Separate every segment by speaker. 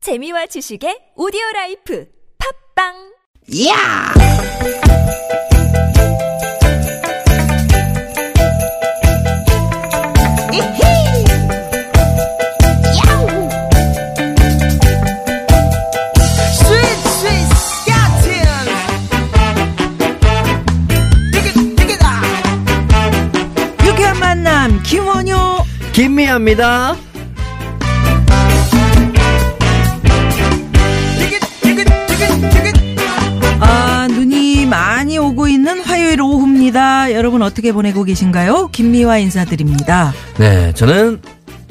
Speaker 1: 재미와 지식의 오디오 라이프 팝빵
Speaker 2: 야! 이히! 야우! 스윗 스윗 스캇틴! 디귿 디귿아!
Speaker 3: 유쾌한 만남 김원효
Speaker 4: 김미아입니다.
Speaker 2: 디귿 디귿 디귿 디귿
Speaker 3: 아 눈이 많이 오고 있는 화요일 오후입니다 여러분 어떻게 보내고 계신가요 김미화 인사드립니다
Speaker 4: 네, 저는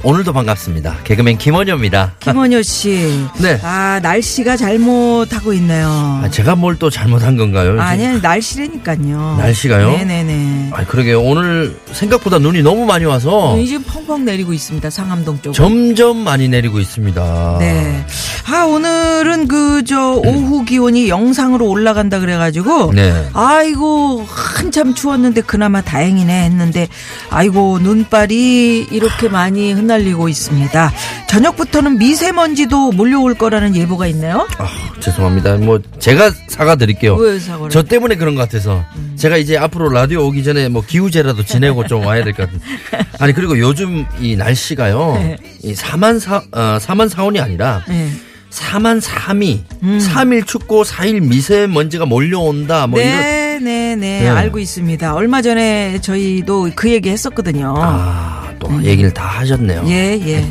Speaker 4: 오늘도 반갑습니다. 개그맨 김원효입니다.
Speaker 3: 김원효 씨아
Speaker 4: 네.
Speaker 3: 날씨가 잘못하고 있네요
Speaker 4: 아, 제가 뭘 또 잘못한 건가요?
Speaker 3: 아니 아니, 날씨라니까요
Speaker 4: 날씨가요?
Speaker 3: 네네네
Speaker 4: 아, 그러게요. 오늘 생각보다 눈이 너무 많이 와서
Speaker 3: 눈이 지금 펑펑 내리고 있습니다 상암동 쪽
Speaker 4: 점점 많이 내리고 있습니다.
Speaker 3: 네. 아, 오늘은 그, 저, 오후 기온이 영상으로 올라간다 그래가지고.
Speaker 4: 네.
Speaker 3: 아이고, 한참 추웠는데 그나마 다행이네 했는데, 아이고, 눈발이 이렇게 많이 흩날리고 있습니다. 저녁부터는 미세먼지도 몰려올 거라는 예보가 있네요.
Speaker 4: 아, 죄송합니다. 뭐 제가 사과드릴게요.
Speaker 3: 왜 음. 사과를?
Speaker 4: 저 때문에 그런 것 같아서 제가 이제 앞으로 라디오 오기 전에 뭐 기우제라도 지내고 좀 와야 될 것 같은. 아니 그리고 요즘 이 날씨가요.
Speaker 3: 네.
Speaker 4: 이 4만 사 어, 4만 사원이 아니라
Speaker 3: 네.
Speaker 4: 4만 3이
Speaker 3: 음.
Speaker 4: 3일 춥고 4일 미세먼지가 몰려온다 뭐 이런
Speaker 3: 네, 네, 네,
Speaker 4: 네.
Speaker 3: 알고 있습니다. 얼마 전에 저희도 그 얘기 했었거든요.
Speaker 4: 아또 얘기를 다 하셨네요.
Speaker 3: 예, 예.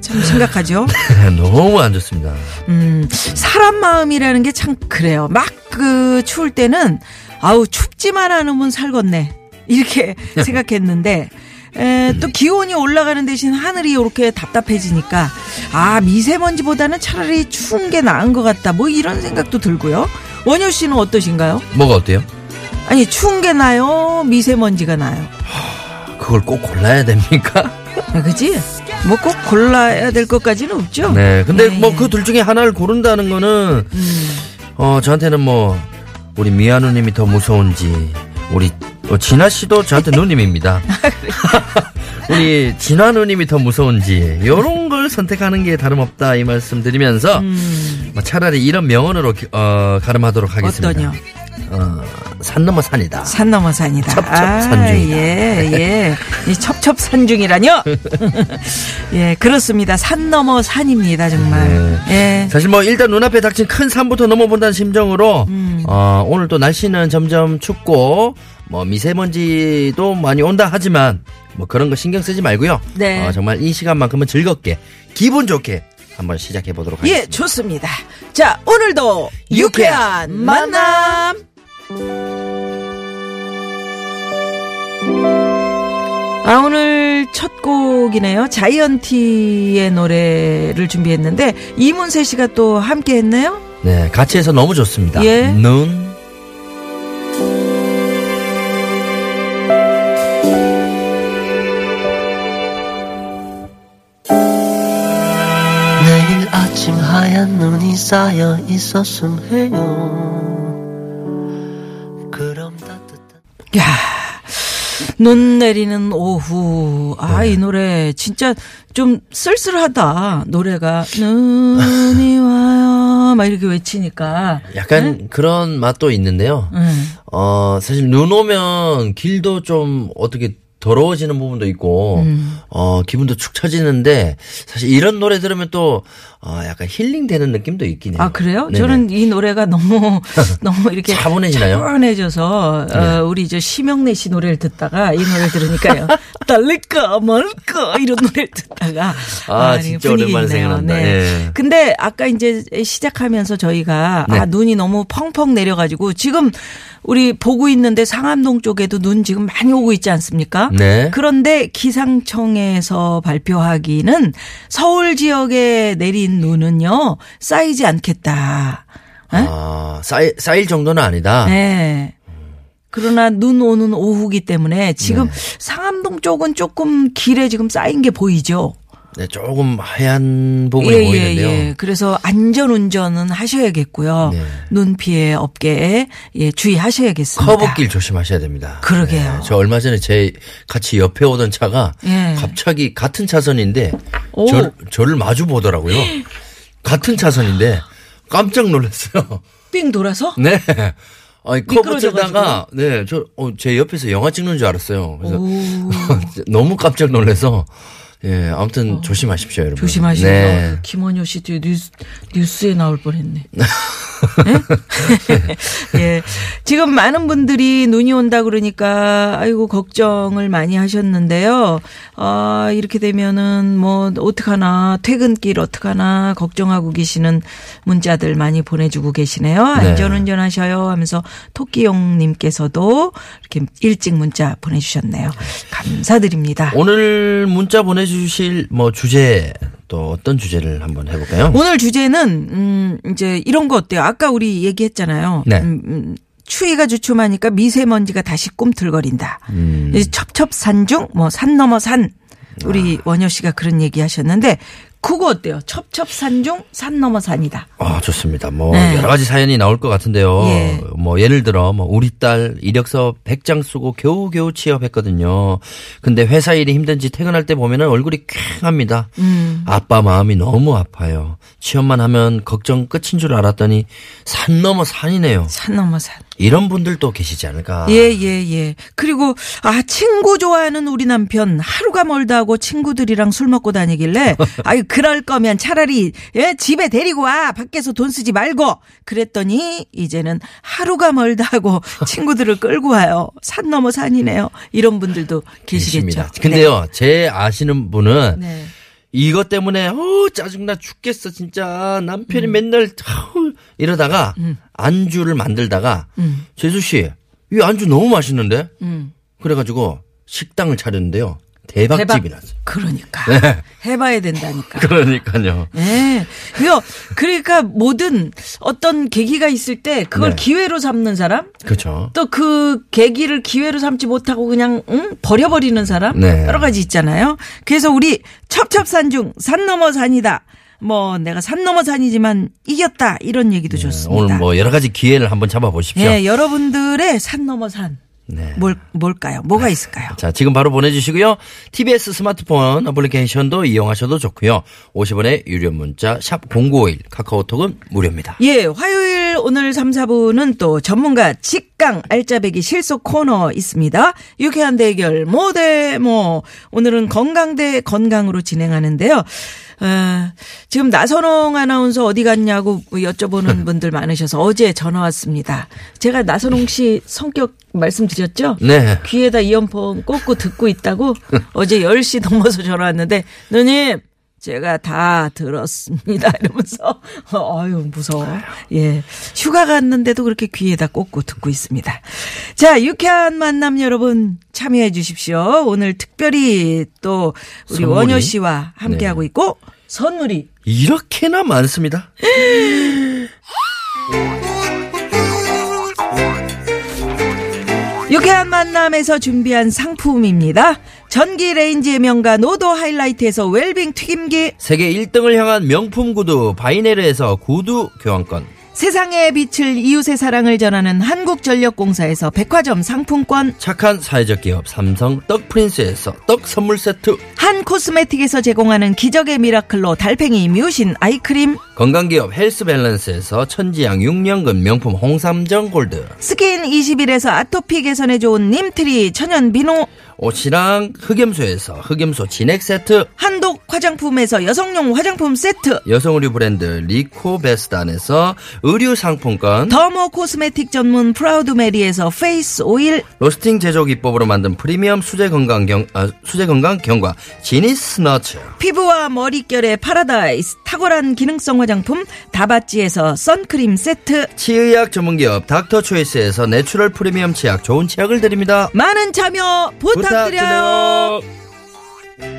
Speaker 3: 참 심각하죠?
Speaker 4: 너무 안 좋습니다.
Speaker 3: 음, 사람 마음이라는 게 참 그래요. 막 그 추울 때는 아우 춥지만 않으면 살겠네 이렇게 생각했는데 에, 또 기온이 올라가는 대신 하늘이 이렇게 답답해지니까 아 미세먼지보다는 차라리 추운 게 나은 것 같다 뭐 이런 생각도 들고요. 원효 씨는 어떠신가요?
Speaker 4: 뭐가 어때요?
Speaker 3: 아니 추운 게 나요, 미세먼지가 나요.
Speaker 4: 그걸 꼭 골라야 됩니까?
Speaker 3: 아, 그지? 뭐 꼭 골라야 될 것까지는 없죠.
Speaker 4: 네. 근데
Speaker 3: 예,
Speaker 4: 뭐
Speaker 3: 예.
Speaker 4: 그 둘 중에 하나를 고른다는 거는
Speaker 3: 음.
Speaker 4: 어 저한테는 뭐 우리 미아 누님이 더 무서운지 우리 어, 진아 씨도 저한테 누님입니다.
Speaker 3: 아,
Speaker 4: 우리 진아 누님이 더 무서운지 이런 걸 선택하는 게 다름없다 이 말씀드리면서 뭐 차라리 이런 명언으로 기- 어, 가름하도록 하겠습니다.
Speaker 3: 음. 어떠냐?
Speaker 4: 어, 산 넘어 산이다.
Speaker 3: 산 넘어 산이다.
Speaker 4: 첩첩산중이다.
Speaker 3: 아, 예, 예. 이 첩첩산중이라뇨? 예, 그렇습니다. 산 넘어 산입니다, 정말. 예.
Speaker 4: 사실 뭐 일단 눈앞에 닥친 큰 산부터 넘어본다는 심정으로
Speaker 3: 음.
Speaker 4: 어, 오늘 또 날씨는 점점 춥고 뭐 미세먼지도 많이 온다 하지만 뭐 그런 거 신경 쓰지 말고요.
Speaker 3: 네.
Speaker 4: 어, 정말 이 시간만큼은 즐겁게 기분 좋게 한번 시작해 보도록
Speaker 3: 예,
Speaker 4: 하겠습니다.
Speaker 3: 좋습니다. 자, 오늘도 유쾌한
Speaker 4: 유쾌한
Speaker 3: 만남! 아, 오늘 첫 곡이네요. 자이언티의 노래를 준비했는데, 이문세 씨가 또 함께 했네요?
Speaker 4: 네, 같이 해서 너무 좋습니다.
Speaker 3: 예.
Speaker 4: 눈
Speaker 5: 내일 아침 하얀 눈이 쌓여 있었음 해요. 그럼 따뜻한
Speaker 3: 야. 눈 내리는 오후. 아, 이 노래 진짜 좀 쓸쓸하다. 노래가 눈이 와요. 막 이렇게 외치니까.
Speaker 4: 약간
Speaker 3: 네?
Speaker 4: 그런 맛도 있는데요.
Speaker 3: 응.
Speaker 4: 어, 사실 눈 오면 길도 좀 어떻게 더러워지는 부분도 있고,
Speaker 3: 음.
Speaker 4: 어, 기분도 축 처지는데, 사실 이런 노래 들으면 또, 어, 약간 힐링되는 느낌도 있긴 해요.
Speaker 3: 아, 그래요?
Speaker 4: 네네.
Speaker 3: 저는 이 노래가 너무, 너무 이렇게.
Speaker 4: 차분해지나요? 네.
Speaker 3: 차분해져서, 어, 우리 저 심영래 씨 노래를 듣다가 이 노래 들으니까요. 딸릴까 말까 이런 노래를 듣다가.
Speaker 4: 아,
Speaker 3: 이게
Speaker 4: 진짜
Speaker 3: 분위기
Speaker 4: 오랜만에
Speaker 3: 있네요.
Speaker 4: 생각난다. 예.
Speaker 3: 근데 아까 이제 시작하면서 저희가
Speaker 4: 네.
Speaker 3: 아, 눈이 너무 펑펑 내려가지고 지금 우리 보고 있는데 상암동 쪽에도 눈 지금 많이 오고 있지 않습니까?
Speaker 4: 네.
Speaker 3: 그런데 기상청에서 발표하기는 서울 지역에 내린 눈은요 쌓이지 않겠다. 예?
Speaker 4: 아, 쌓일, 쌓일 정도는 아니다.
Speaker 3: 네. 그러나 눈 오는 오후기 때문에 지금
Speaker 4: 네.
Speaker 3: 상암동 쪽은 조금 길에 지금 쌓인 게 보이죠.
Speaker 4: 네, 조금 하얀 부분이
Speaker 3: 예,
Speaker 4: 보이는데요.
Speaker 3: 예, 예. 그래서 안전 운전은 하셔야겠고요.
Speaker 4: 네.
Speaker 3: 눈 피해 업계에 예, 주의하셔야겠습니다.
Speaker 4: 커브길 조심하셔야 됩니다. 네,
Speaker 3: 그러게요.
Speaker 4: 저 얼마 전에 제 같이 옆에 오던 차가
Speaker 3: 예.
Speaker 4: 갑자기 같은 차선인데
Speaker 3: 오.
Speaker 4: 절, 저를 마주 보더라고요. 같은 차선인데 깜짝 놀랐어요.
Speaker 3: 삥 돌아서?
Speaker 4: 네. 아니, 커브에다가
Speaker 3: 미끄러져가지고?
Speaker 4: 네, 저, 어, 제 옆에서 영화 찍는 줄 알았어요. 그래서
Speaker 3: 오.
Speaker 4: 너무 깜짝 놀라서 예, 아무튼 조심하십시오, 여러분.
Speaker 3: 어. 조심하시고
Speaker 4: 네.
Speaker 3: 그 김원효 씨도 뉴스, 뉴스에 나올 뻔했네. 예? 예. 지금 많은 분들이 눈이 온다 그러니까 아이고 걱정을 많이 하셨는데요. 아 이렇게 되면은 뭐 어떡하나 퇴근길 어떡하나 걱정하고 계시는 문자들 많이 보내주고 계시네요.
Speaker 4: 네.
Speaker 3: 안전운전 하셔요 하면서 토끼용님께서도 이렇게 일찍 문자 보내주셨네요. 감사드립니다.
Speaker 4: 오늘 문자 보내주실 뭐 주제 또 어떤 주제를 한번 해볼까요?
Speaker 3: 오늘 주제는 음 이제 이런 거 어때요? 아까 우리 얘기했잖아요.
Speaker 4: 네.
Speaker 3: 음, 음, 추위가 주춤하니까 미세먼지가 다시 꿈틀거린다. 이 첩첩산 중뭐 산 넘어 산 우리 원효 씨가 그런 얘기 하셨는데 그거 어때요? 첩첩산 중산 넘어 산이다.
Speaker 4: 아 좋습니다. 뭐
Speaker 3: 네.
Speaker 4: 여러 가지 사연이 나올 것 같은데요.
Speaker 3: 예.
Speaker 4: 뭐 예를 들어 뭐 우리 딸 이력서 100장 쓰고 겨우겨우 취업했거든요. 근데 회사 일이 힘든지 퇴근할 때 보면은 얼굴이 쾌합니다. 아빠 마음이 너무 아파요. 취업만 하면 걱정 끝인 줄 알았더니 산 넘어 산이네요.
Speaker 3: 산 넘어 산.
Speaker 4: 이런 분들도 계시지 않을까?
Speaker 3: 예, 예, 예. 그리고, 아, 친구 좋아하는 우리 남편, 하루가 멀다 하고 친구들이랑 술 먹고 다니길래, 아유, 그럴 거면 차라리, 예, 집에 데리고 와. 밖에서 돈 쓰지 말고. 그랬더니, 이제는 하루가 멀다 하고 친구들을 끌고 와요. 산 넘어 산이네요. 이런 분들도 계시겠죠.
Speaker 4: 계십니다. 근데요, 제 아시는 분은
Speaker 3: 네. 네.
Speaker 4: 이것 때문에 어 짜증나 죽겠어 진짜 남편이
Speaker 3: 음.
Speaker 4: 맨날 아우, 이러다가 안주를 만들다가
Speaker 3: 음.
Speaker 4: 재수 씨 이 안주 너무 맛있는데 그래가지고 식당을 차렸는데요 대박집이 났어요.
Speaker 3: 그러니까.
Speaker 4: 네.
Speaker 3: 해봐야 된다니까.
Speaker 4: 그러니까요.
Speaker 3: 네. 그요 그러니까 뭐든 어떤 계기가 있을 때 그걸
Speaker 4: 네.
Speaker 3: 기회로 삼는 사람?
Speaker 4: 그렇죠.
Speaker 3: 또 그 계기를 기회로 삼지 못하고 그냥 응? 버려버리는 사람
Speaker 4: 네.
Speaker 3: 여러 가지 있잖아요. 그래서 우리 첩첩산 중 산 넘어 산이다. 뭐 내가 산 넘어 산이지만 이겼다 이런 얘기도 좋습니다.
Speaker 4: 오늘 뭐 여러 가지 기회를 한번 잡아보십시오.
Speaker 3: 예, 여러분들의 산 넘어 산
Speaker 4: 네.
Speaker 3: 뭘, 뭘까요? 뭐가 있을까요?
Speaker 4: 자, 지금 바로 보내주시고요. TBS 스마트폰 어플리케이션도 이용하셔도 좋고요. 50원의 유료 문자 샵 #0951 카카오톡은 무료입니다.
Speaker 3: 예, 화요일 오늘 3, 4부는 또 전문가 직강 알짜배기 실속 코너 있습니다. 유쾌한 대결 모대 뭐 오늘은 건강 대 건강으로 진행하는데요. 어, 지금 나선홍 아나운서 어디 갔냐고 여쭤보는 분들 많으셔서 어제 전화 왔습니다. 제가 나선홍 씨 성격 말씀드렸죠?
Speaker 4: 네.
Speaker 3: 귀에다 이어폰 꽂고 듣고 있다고 어제 10시 넘어서 전화 왔는데 누님 제가 다 들었습니다 이러면서 아유 무서워 예 휴가 갔는데도 그렇게 귀에다 꽂고 듣고 있습니다 자 유쾌한 만남 여러분 참여해 주십시오 오늘 특별히 또 우리
Speaker 4: 선물이? 네.
Speaker 3: 원효 씨와 함께 하고 있고 선물이
Speaker 4: 이렇게나 많습니다.
Speaker 3: 유쾌한 만남에서 준비한 상품입니다 전기 레인지의 명가 노도 하이라이트에서 웰빙 튀김기
Speaker 4: 세계 1등을 향한 명품 구두 바이네르에서 구두 교환권
Speaker 3: 세상의 빛을 이웃의 사랑을 전하는 한국전력공사에서 백화점 상품권,
Speaker 4: 착한 사회적 기업 삼성 떡프린스에서 떡 선물 세트
Speaker 3: 한 코스메틱에서 제공하는 기적의 미라클로 달팽이 뮤신 아이크림,
Speaker 4: 건강기업 헬스 밸런스에서 천지양 6년근 명품 홍삼정 골드
Speaker 3: 스킨 21에서 아토피 개선에 좋은 님트리 천연 비누,
Speaker 4: 옷이랑 흑염소에서 흑염소 진액 세트
Speaker 3: 한독 화장품에서 여성용 화장품 세트,
Speaker 4: 여성 의류 브랜드 리코베스단에서 의류 상품권
Speaker 3: 더모 코스메틱 전문 프라우드 메리에서 페이스 오일,
Speaker 4: 로스팅 제조 기법으로 만든 프리미엄 수제 건강 경 아, 수제 건강 경과 지니스 너츠
Speaker 3: 피부와 머릿결의 파라다이스, 탁월한 기능성 화장품 다바찌에서 선크림 세트,
Speaker 4: 치의학 전문기업 닥터초이스에서 내추럴 프리미엄 치약 좋은 치약을 드립니다
Speaker 3: 많은 참여 부탁드려요.
Speaker 4: 부탁드려요.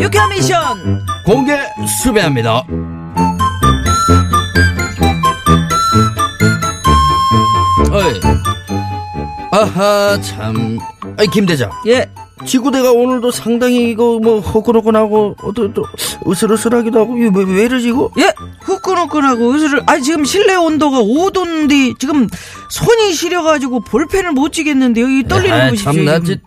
Speaker 3: 유쾌한 미션
Speaker 4: 공개 수배합니다. 어이. 아하 참. 아이 김 대장
Speaker 3: 예
Speaker 4: 지구대가 오늘도 상당히 이거 뭐 허그허근하고 어또 또 으슬으슬하기도 하고 이거 왜, 왜 이러지 이거?
Speaker 3: 예, 후끈후끈하고 의술을 아 지금 실내 온도가 5도인데 지금 손이 시려가지고 볼펜을 못 쥐겠는데요. 이 떨리는
Speaker 4: 아,
Speaker 3: 곳이죠.
Speaker 4: 참나
Speaker 3: 지금.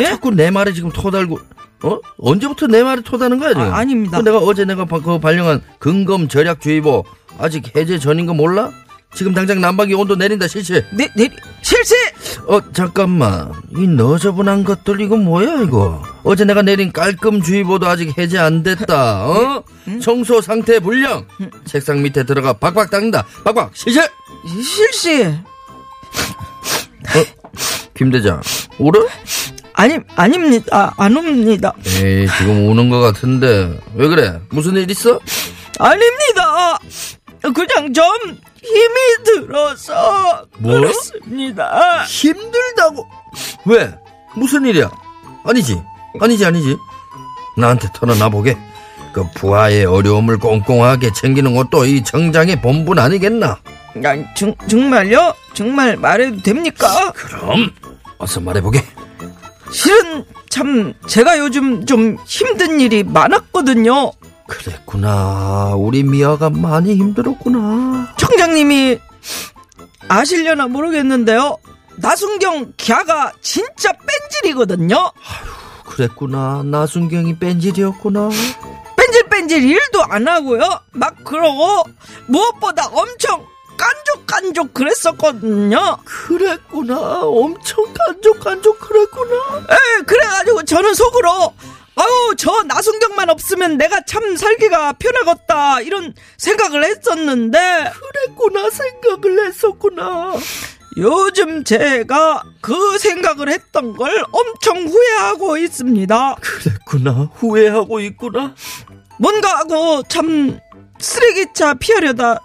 Speaker 3: 예?
Speaker 4: 지 자꾸 내 말에 지금 토달고 어 언제부터 내 말에 토다는 거야 지금?
Speaker 3: 아, 아닙니다.
Speaker 4: 그 내가 어제 내가 바- 그 발령한 근검 절약주의보 아직 해제 전인 거 몰라? 지금 당장 난방기 온도 내린다 실시.
Speaker 3: 네, 네, 실세.
Speaker 4: 어 잠깐만 이 너저분한 것들 이거 뭐야 이거? 어제 내가 내린 깔끔주의보도 아직 해제 안 됐다. 어?
Speaker 3: 예?
Speaker 4: 청소 상태 불량. 책상 밑에 들어가 박박 닦는다. 박박 실시.
Speaker 3: 실세.
Speaker 4: 김 대장 울어?
Speaker 3: 아니, 아닙니다. 아, 안 옵니다.
Speaker 4: 에이 지금 우는 것 같은데 왜 그래? 무슨 일 있어?
Speaker 3: 아닙니다. 그냥 좀 힘이 들어서
Speaker 4: 뭐?
Speaker 3: 그렇습니다.
Speaker 4: 힘들다고 왜 무슨 일이야 아니지 아니지 아니지 나한테 털어놔 보게 그 부하의 어려움을 꼼꼼하게 챙기는 것도 이 정장의 본분 아니겠나
Speaker 3: 아니, 정, 정말요? 정말 말해도 됩니까?
Speaker 4: 그럼 어서 말해보게
Speaker 3: 실은 참 제가 요즘 좀 힘든 일이 많았거든요.
Speaker 4: 그랬구나 우리 미아가 많이 힘들었구나
Speaker 3: 청장님이 아시려나 모르겠는데요. 나순경 갸가 진짜 뺀질이거든요.
Speaker 4: 그랬구나 나순경이 뺀질이었구나
Speaker 3: 뺀질뺀질 일도 안 하고요. 막 그러고 무엇보다 엄청 깐족깐족 그랬었거든요.
Speaker 4: 그랬구나 엄청 깐족깐족 그랬구나
Speaker 3: 에 예, 그래가지고 저는 속으로 아우 저 나순경만 없으면 내가 참 살기가 편하겠다 이런 생각을 했었는데
Speaker 4: 그랬구나 생각을 했었구나
Speaker 3: 요즘 제가 그 생각을 했던 걸 엄청 후회하고 있습니다.
Speaker 4: 그랬구나 후회하고 있구나
Speaker 3: 뭔가 하고 참 쓰레기차 피하려다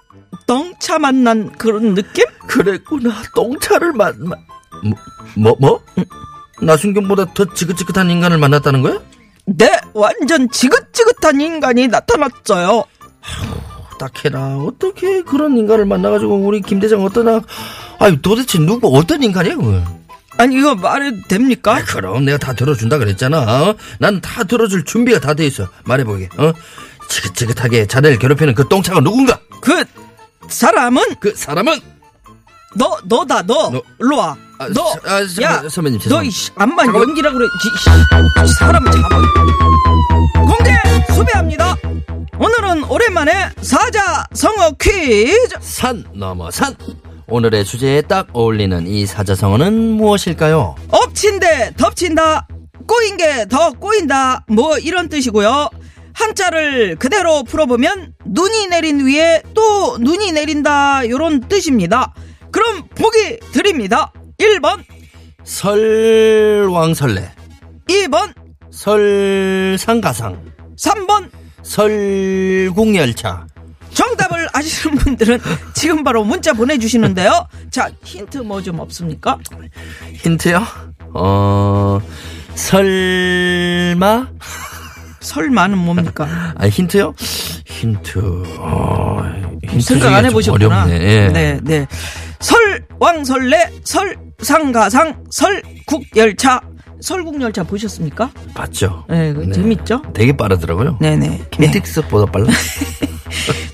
Speaker 3: 덩차 만난 그런 느낌?
Speaker 4: 그랬구나 똥차를 만나 뭐? 뭐? 뭐? 나순경보다 더 지긋지긋한 인간을 만났다는 거야?
Speaker 3: 네, 완전 지긋지긋한 인간이 나타났어요.
Speaker 4: 딱해라 어떻게 그런 인간을 만나가지고 우리 김대장 어떠나 아유 도대체 누구 어떤 인간이야 그걸
Speaker 3: 아니 이거 말해도
Speaker 4: 아
Speaker 3: 됩니까?
Speaker 4: 그럼 내가 다 들어준다 그랬잖아 난 다 들어줄 준비가 다 돼 있어 말해보게 어? 지긋지긋하게 자네를 괴롭히는 그 똥차가 누군가
Speaker 3: 그 사람은
Speaker 4: 그 사람은
Speaker 3: 너 너다 너.
Speaker 4: 너.
Speaker 3: 일로 와.
Speaker 4: 아,
Speaker 3: 너.
Speaker 4: 자, 아, 자,
Speaker 3: 야,
Speaker 4: 선배님,
Speaker 3: 너
Speaker 4: 죄송합니다.
Speaker 3: 이씨 암만 연기라 그래. 이 씨, 이 사람 잡아. 공개 수배합니다. 오늘은 오랜만에 사자 성어 퀴즈.
Speaker 4: 산 넘어 산 오늘의 주제에 딱 어울리는 이 사자성어는 무엇일까요?
Speaker 3: 엎친데 덮친다 꼬인 게 더 꼬인다 뭐 이런 뜻이고요 한자를 그대로 풀어보면 눈이 내린 위에 또 눈이 내린다 요런 뜻입니다 그럼 보기 드립니다 1번
Speaker 4: 설왕설래
Speaker 3: 2번
Speaker 4: 설상가상
Speaker 3: 3번
Speaker 4: 설국열차
Speaker 3: 정답을 아시는 분들은 지금 바로 문자 보내주시는데요 자 힌트 뭐 좀 없습니까
Speaker 4: 힌트요? 어 설마
Speaker 3: 설마는 뭡니까
Speaker 4: 아 힌트요? 힌트 어, 힌트
Speaker 3: 생각 안
Speaker 4: 주기가 좀
Speaker 3: 해보셨구나
Speaker 4: 어렵네. 예.
Speaker 3: 네, 네. 설, 왕설래, 설, 상가상, 설, 국열차. 설국열차 보셨습니까?
Speaker 4: 맞죠?
Speaker 3: 네, 그거 재밌죠?
Speaker 4: 되게 빠르더라고요.
Speaker 3: 네네. 네.
Speaker 4: 틱스보다 빨라.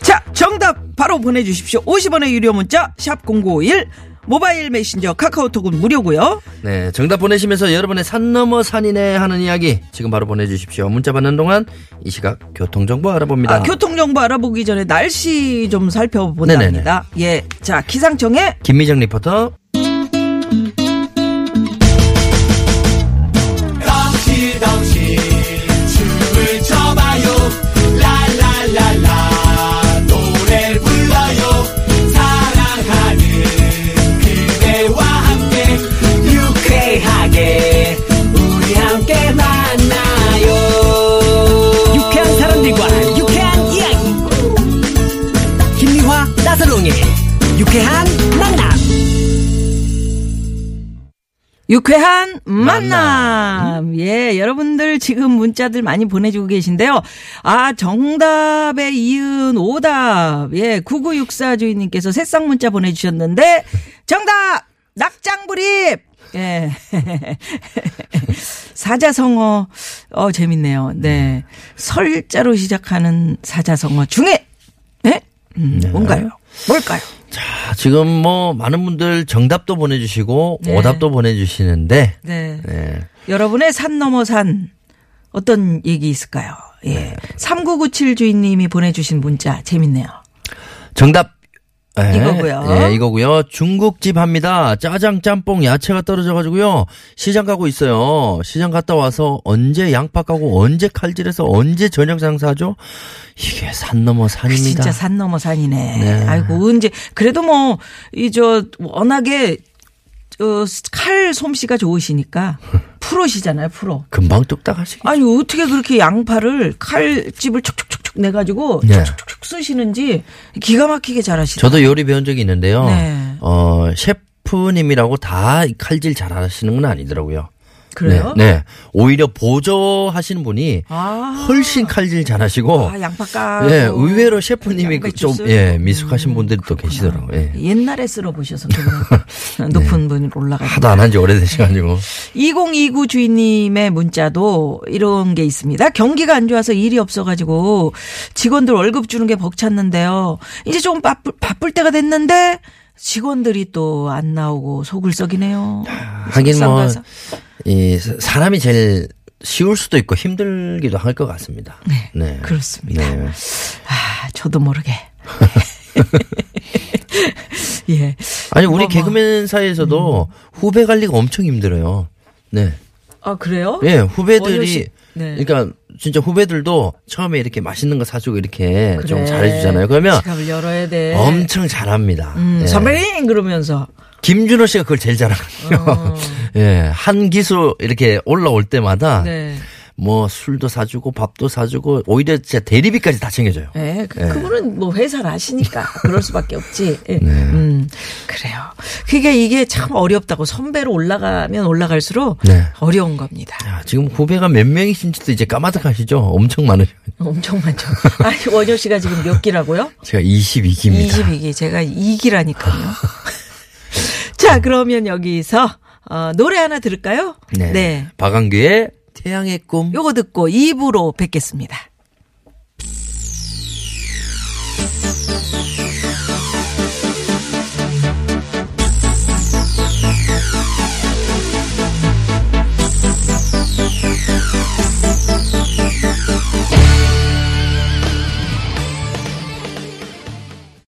Speaker 3: 자, 정답 바로 보내주십시오. 50원의 유료 문자, 샵0951. 모바일 메신저 카카오톡은 무료고요
Speaker 4: 네, 정답 보내시면서 여러분의 산 넘어 산이네 하는 이야기 지금 바로 보내주십시오. 문자 받는 동안 이 시각 교통 정보 알아봅니다.
Speaker 3: 아, 교통정보 알아보기 전에 날씨 좀 살펴본답니다. 예. 자, 기상청에
Speaker 4: 김미정 리포터.
Speaker 6: 유쾌한 사람들과 유쾌한 이야기 김미화 나서롱의 유쾌한 만남
Speaker 3: 유쾌한 만남. 예, 여러분들 지금 문자들 많이 보내주고 계신데요. 아, 정답에 이은 오답. 예, 9964 주인님께서 새싹 문자 보내주셨는데, 정답! 낙장불입! 예. 사자성어, 어, 재밌네요. 네. 설자로 시작하는 사자성어 중에, 예? 음, 뭔가요? 뭘까요?
Speaker 4: 자, 지금 뭐 많은 분들 정답도 보내주시고
Speaker 3: 네.
Speaker 4: 오답도 보내주시는데
Speaker 3: 네.
Speaker 4: 네.
Speaker 3: 여러분의 산 넘어 산 어떤 얘기 있을까요? 예. 3997 주인님이 보내주신 문자 재밌네요.
Speaker 4: 정답 예,
Speaker 3: 이거고요.
Speaker 4: 예, 이거고요. 중국집 합니다. 짜장, 짬뽕, 야채가 떨어져가지고요. 시장 가고 있어요. 시장 갔다 와서 언제 양파 까고 언제 칼질해서 언제 저녁 장사하죠? 이게 산 넘어 산입니다.
Speaker 3: 그 아, 진짜 산 넘어 산이네.
Speaker 4: 네.
Speaker 3: 아이고, 언제, 그래도 뭐, 이 저 워낙에 저 칼 솜씨가 좋으시니까 프로시잖아요, 프로.
Speaker 4: 금방 뚝딱 하시겠
Speaker 3: 아니, 어떻게 그렇게 양파를 칼집을 촉촉촉촉 내가지고
Speaker 4: 네.
Speaker 3: 촉촉촉 쓰시는지 기가 막히게 잘하시죠.
Speaker 4: 저도 요리 배운 적이 있는데요.
Speaker 3: 네.
Speaker 4: 어, 셰프님이라고 다 칼질 잘 하시는 건 아니더라고요.
Speaker 3: 그래요?
Speaker 4: 네, 네. 오히려 보조하시는 분이
Speaker 3: 아.
Speaker 4: 훨씬 칼질 잘 하시고.
Speaker 3: 아, 양파 까고.
Speaker 4: 예, 의외로 셰프님이
Speaker 3: 양배추
Speaker 4: 그 좀,
Speaker 3: 쓰고.
Speaker 4: 예, 미숙하신 분들이 또 계시더라고요. 예. 네.
Speaker 3: 옛날에 쓸어 보셔서 그런 높은 분이 올라가요.
Speaker 4: 하도 안 한 지
Speaker 3: 네.
Speaker 4: 오래되셔가지고.
Speaker 3: 2029 주인님의 문자도 이런 게 있습니다. 경기가 안 좋아서 일이 없어가지고 직원들 월급 주는 게 벅찼는데요. 이제 조금 바쁠, 바쁠 때가 됐는데 직원들이 또 안 나오고 속을 썩이네요.
Speaker 4: 하긴 뭐,
Speaker 3: 속상가서.
Speaker 4: 이, 사- 사람이 제일 쉬울 수도 있고 힘들기도 할 것 같습니다. 네.
Speaker 3: 그렇습니다.
Speaker 4: 네.
Speaker 3: 아, 저도 모르게. 예.
Speaker 4: 아니, 우리
Speaker 3: 뭐, 음. 뭐.
Speaker 4: 개그맨 사이에서도 후배 관리가 엄청 힘들어요. 네.
Speaker 3: 아, 그래요?
Speaker 4: 예, 후배들이
Speaker 3: 월요시- 네.
Speaker 4: 그러니까 진짜 후배들도 처음에 이렇게 맛있는 거 사주고 이렇게 좀
Speaker 3: 그래.
Speaker 4: 잘해주잖아요. 그러면
Speaker 3: 지갑을 열어야 돼.
Speaker 4: 엄청 잘합니다.
Speaker 3: 음,
Speaker 4: 예.
Speaker 3: 선배님! 그러면서.
Speaker 4: 김준호 씨가 그걸 제일 잘하거든요.
Speaker 3: 어.
Speaker 4: 예, 한 기수 이렇게 올라올 때마다
Speaker 3: 네.
Speaker 4: 뭐 술도 사주고 밥도 사주고 오히려 진짜 대리비까지 다 챙겨줘요.
Speaker 3: 예, 그, 그분은 뭐 회사를 아시니까 그럴 수밖에 없지. 예.
Speaker 4: 네.
Speaker 3: 음, 그래요. 그게 이게 참 어렵다고 선배로 올라가면 올라갈수록
Speaker 4: 네.
Speaker 3: 어려운 겁니다.
Speaker 4: 야, 지금 후배가 몇 명이신지도 이제 까마득하시죠? 엄청 많으셔.
Speaker 3: 엄청 많죠. 아니, 원효 씨가 지금 몇 기라고요?
Speaker 4: 제가 22기입니다.
Speaker 3: 22기. 제가 2기라니까요. 자, 그러면 여기서 어, 노래 하나 들을까요? 네.
Speaker 4: 네. 박완규의 네. 태양의 꿈.
Speaker 3: 요거 듣고 2부로 뵙겠습니다.